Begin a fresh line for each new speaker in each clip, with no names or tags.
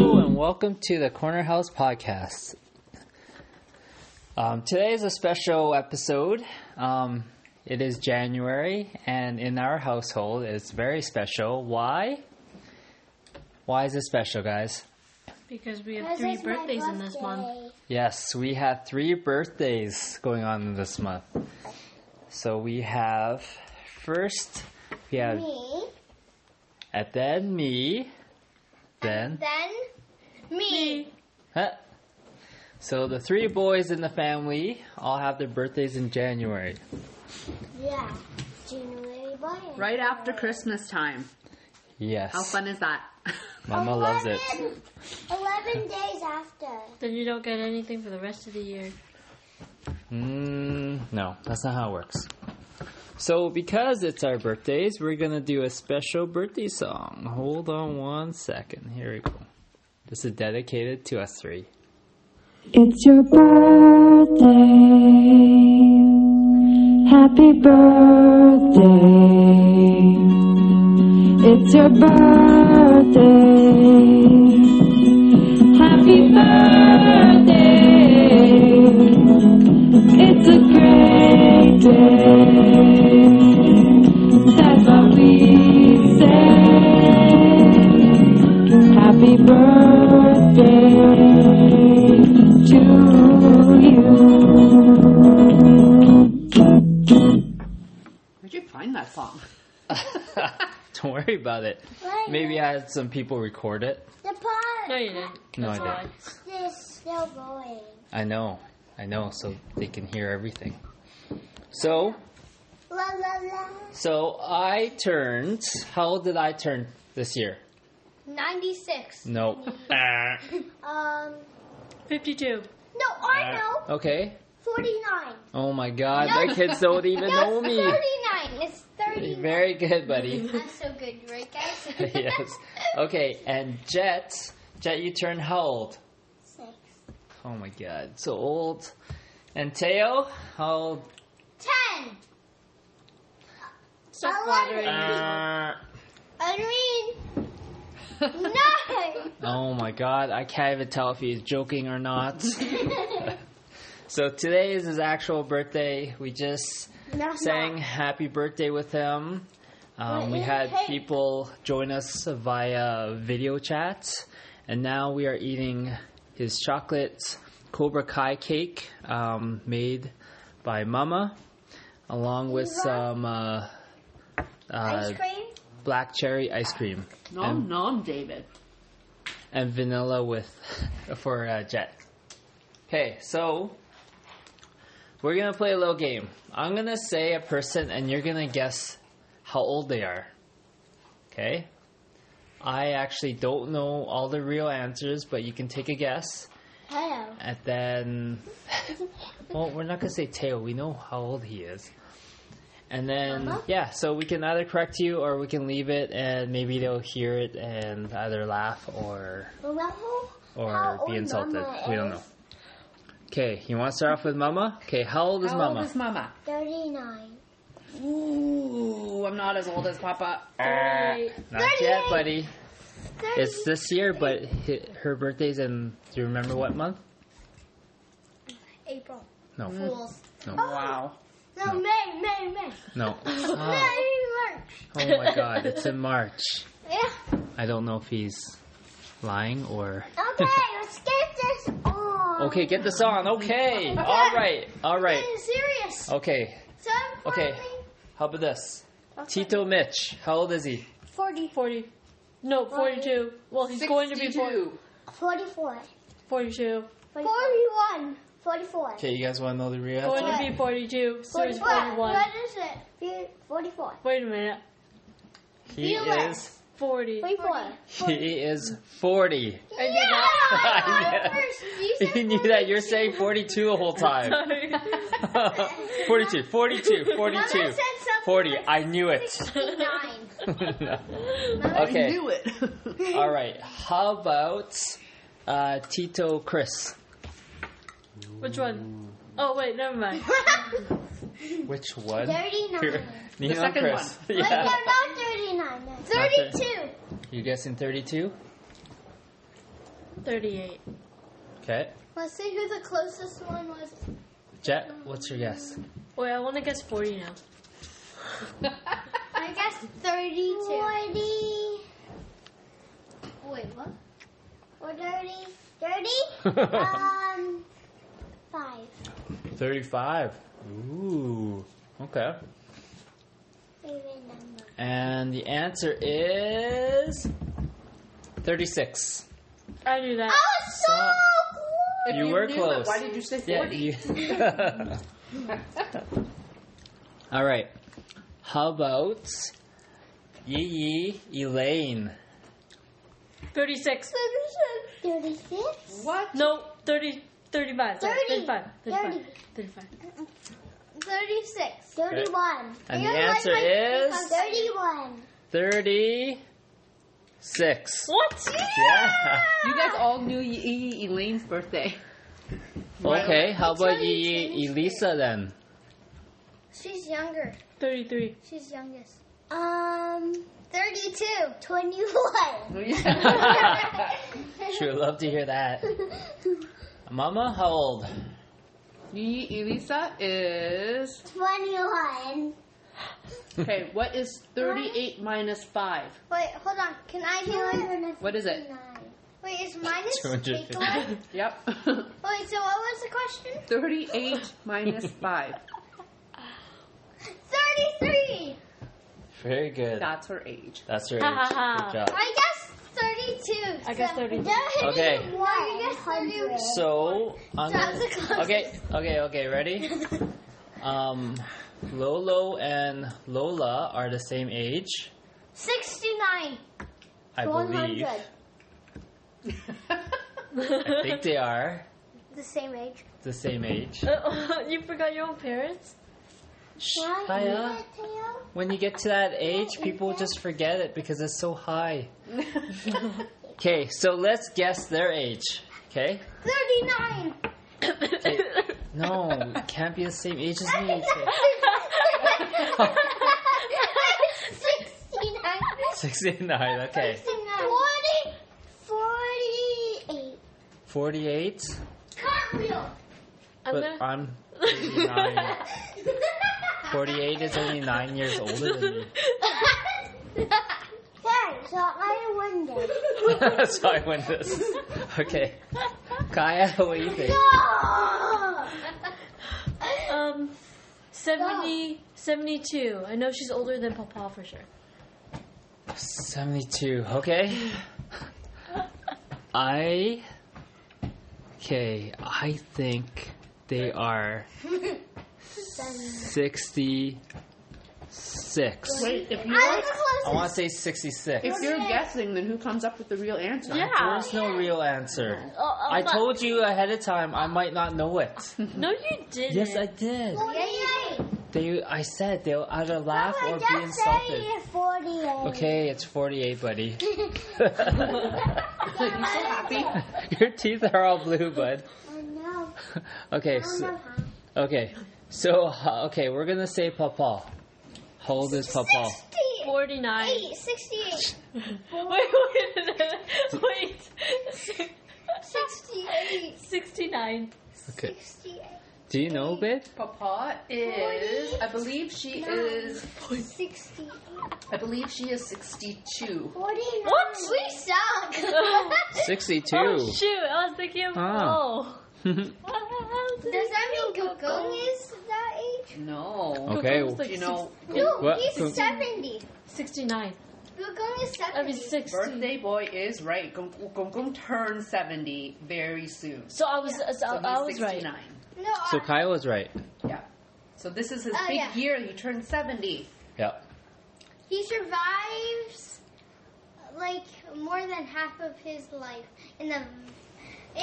welcome to the Corner House Podcast. Um, today is a special episode. Um, it is January, and in our household, it's very special. Why? Why is it special, guys?
Because we have three birthdays in this month.
Yes, we have three birthdays going on this month. So we have first, we have
Me,
and then me, then
then me.
Huh. So the three boys in the family all have their birthdays in January.
Yeah, January boy.
Right after Christmas time.
Yes.
How fun is that?
Mama loves it.
Eleven days after.
Then you don't get anything for the rest of the year.
Mm, no, that's not how it works. So because it's our birthdays, we're gonna do a special birthday song. Hold on one second. Here we go. This is dedicated to us three.
It's your birthday. Happy birthday. It's your birthday. Happy birthday. It's a great day. That's what we say. Happy birthday to you.
Where'd you find that song?
Don't worry about it.
Right.
Maybe I had some people record it.
The park.
No, you didn't.
No,
That's
I
a lie.
They're still going.
I know. I know, so they can hear everything. So
La la la.
So I turned. How old did I turn this year?
Ninety-six.
No.
Um.
52.
No,
Uh,
I know.
okay.
Forty-nine.
Oh my God, my kids don't even know
No,
me.
thirty-nine. It's thirty-nine.
Very good, buddy.
That's so good, right, guys?
yes. Okay, and Jet, Jet, you turned how old?
Six.
Oh my God, so old. And Teo, how old?
Ten.
Stop
Eleven.
flattering.
I mean, nine.
Oh my God, I can't even tell if he's joking or not. so today is his actual birthday. We just
No,
sang happy birthday with him. Um,
We're
we
eating
had
cake.
people join us via video chat, and now we are eating his chocolate Cobra Kai cake um, made by Mama, along with
Love-
some uh, uh,
Ice cream.
black cherry ice cream
Nom nom, David.
and vanilla with for uh, Jet. Okay, so we're gonna play a little game. I'm gonna say a person, and you're gonna guess how old they are. Okay. I actually don't know all the real answers, but you can take a guess,
Hello.
and then well, we're not gonna say Teo. We know how old he is. And then,
Mama?
yeah, so we can either correct you or we can leave it and maybe they'll hear it and either laugh or
Level.
or
How
be
old
insulted.
Mama
We don't know.
is?
Okay, you want to start off with Mama? Okay, how old is
How
Mama?
old is Mama?
Thirty-nine.
Ooh, I'm not as old as Papa.
Not yet,
38.
buddy.
Thirty.
It's this year, but hi- her birthday's in. Do you remember what month?
April.
No,
Fools.
no,
Oh,
Wow.
No, May, May, May.
no. Ah,
May, March.
oh my God, it's in March.
Yeah.
I don't know if he's lying or.
Okay, let's get this on.
Okay, get this on. Okay, all right, all right.
Getting serious.
Okay,
So
Oh, Okay.
finally-
how about this? Tito Mitch, how old is he?
40,
40. No, 42. Well, he's going to be 40,
62.
44,
42.
41, 44.
Okay, you guys want to know the real
Going
answer?
to be 42. So he's
44.
41.
What is it? Be- 44.
Wait a minute.
He
Felix.
is.
40.
44.
He is 40.
Yeah!
I did.
First, you said
He knew that you're saying 42 the whole time.
Sorry.
42, 42,
Mama
42,
said something
40.
like
I knew it.
69.
I
okay,
knew it.
all right. How about uh, Tito Chris?
Which one? Oh, wait, never mind.
Which one?
39.
Here, Neon
second
Chris.
Wait, no,
Yeah.
not 39.
Not
32.
You guessing 32?
Thirty-eight.
Okay.
Let's see who the closest one was.
Jet, what's your guess?
Wait, I want to guess forty now.
I guess 32. 40. Wait, what? Or 30. 30? um, 5.
35. Ooh. Okay.
Even number.
And the answer is 36.
I knew that.
I was Oh, so
So-
close!
If
You were
knew
close.
It, why did you say
Yeah,
40?
you- All right. How about Yee Yee Elaine?
Thirty-six.
36?
what?
No, 30, 35. sorry,
30.
35. 35.
30.
35.
36. 31.
And the answer is
31.
36.
What?
Yeah.
You guys all knew Ye- Ye- Ye- Elaine's birthday.
Okay, how
That's why
about
you
Yee Yee
changed it.
Elisa then?
She's younger.
33.
She's youngest. Um, 32. 21.
Sure, love to hear that. Mama, how old?
Ye- Ye- Elisa is
21.
okay. What is thirty-eight minus five?
Wait, hold on. Can I do it?
What is it?
Wait, it's minus
250.
equal?
Yep,
Oh, Wait, so what was the question?
thirty-eight minus five.
33!
Very good.
That's her age.
That's her age.
Ha, ha, ha.
Good job.
I guess 32.
I guess
So-
32.
That would be
Okay.
one. I guess 31.
So, on
That was the closest.
okay, okay, okay, ready? Um, Lolo and Lola are the same age,
69.
I believe.
100.
I think they are
The same age.
the same age.
Uh, you forgot your own parents?
Shh,
Why
Kaya.
is it tail?
When you get to that age, people just forget it because it's so high. Okay, so let's guess their age. Okay?
39.
No, it can't be the same age as me. Okay.
69.
69, okay.
40. 48.
48,
Cartwheel.
I'm
but
gonna-
I'm 39. 48 is only 9 years older than me.
Dad, so I wonder.
so I win this. Okay. Kaya, what do you think?
um, 70, 72. I know she's older than Papa for sure.
72, okay? I. Okay, I think they are 66.
Wait, if you
I was
are,
I
close.
want to say 66.
if you're guessing, then who comes up with the real answer?
There's no real answer.
Oh, oh,
I
but-
told you ahead of time I might not know it.
No, you didn't.
Yes, I did.
48.
They, I said they'll either laugh
I
or
just
be insulted.
say 48.
Okay, it's 48, buddy.
Like, you so happy?
Your teeth are all blue, bud.
I know.
Okay,
I don't
so,
know how.
okay. So, uh, okay, we're gonna say Papa. How old is Papa?
49.
68. 68.
Wait, wait, a minute. wait.
68.
69.
Okay.
68.
Do you know, babe?
Papa is. I believe she is.
68.
I believe she is sixty-two.
49.
What?
We suck.
62.
Oh, shoot. I was thinking of.
Ah.
Oh. I was
Does
thinking-
that mean Gogong is that age?
No.
okay.
Google's like
You know,
No,
What?
he's 70.
69.
Gogong is 70.
I mean, 60.
birthday boy is right. Gong Gong Gong turns seventy very soon.
So I was, so
So
I was
he's
right.
sixty-nine.
No, uh,
So
I-
Kaya was right.
Yeah. So this is his
Oh,
big
yeah.
year. He turned seventy.
Yeah.
He survives like more than half of his life in the, and he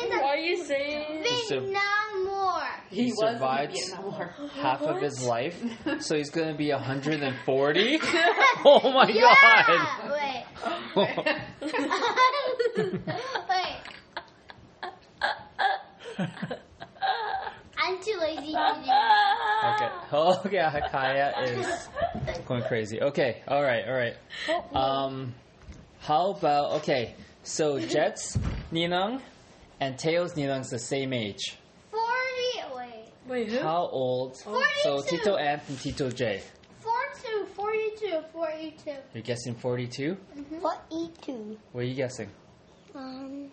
went in
Why are
the
you saying?
sur-
Vietnam War.
He,
He
was in the
survived.
Vietnam War.
Half of his life. So he's gonna be 140? oh my
Yeah. Wait.
god!
Wait. I'm too lazy to do. it.
okay. Oh yeah, Kaya is going crazy. Okay, alright, alright. Um how about okay, So Jet's Ninong and Tails Ninong's the same age.
Forty. Wait.
Wait, who?
How old? So
42.
Tito Ant and Tito J.
Forty-two. Forty-two. Forty-two.
You're guessing 42?
What E2?
What are you guessing?
Um.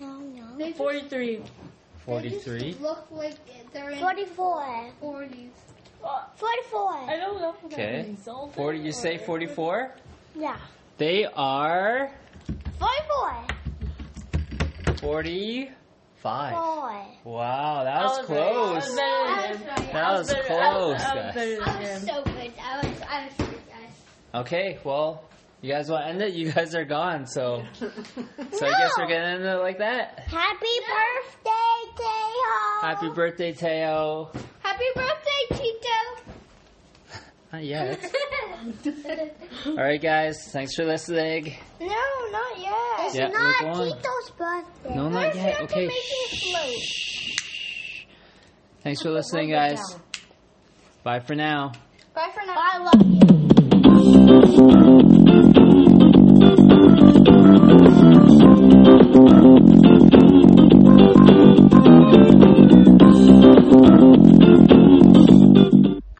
No, no.
They just-
43.
they just
43?
Look like they're in
44.
forties.
I
44.
don't know if that
Okay.
means something
40, you say
or-
44?
Yeah.
They are
44.
45.
4.
Wow, that
I
was
right. I was
close.
better than him.
right.
That
I
was
better- I
close,
I was
guys.
better than
I was
him.
so good. I was. I was. I was
Okay, well, you guys want to end it? You guys are gone, so so I guess we're gonna end it like that.
Happy birthday, Tejo.
Happy birthday, Teo.
Happy birthday, Tito.
Not yet. All right, guys, thanks for listening.
No, not yet.
Yeah, we're going.
Tito's birthday.
No, not yet. Okay. shh. Thanks for listening, guys. Bye for now.
Bye for now.
I love you.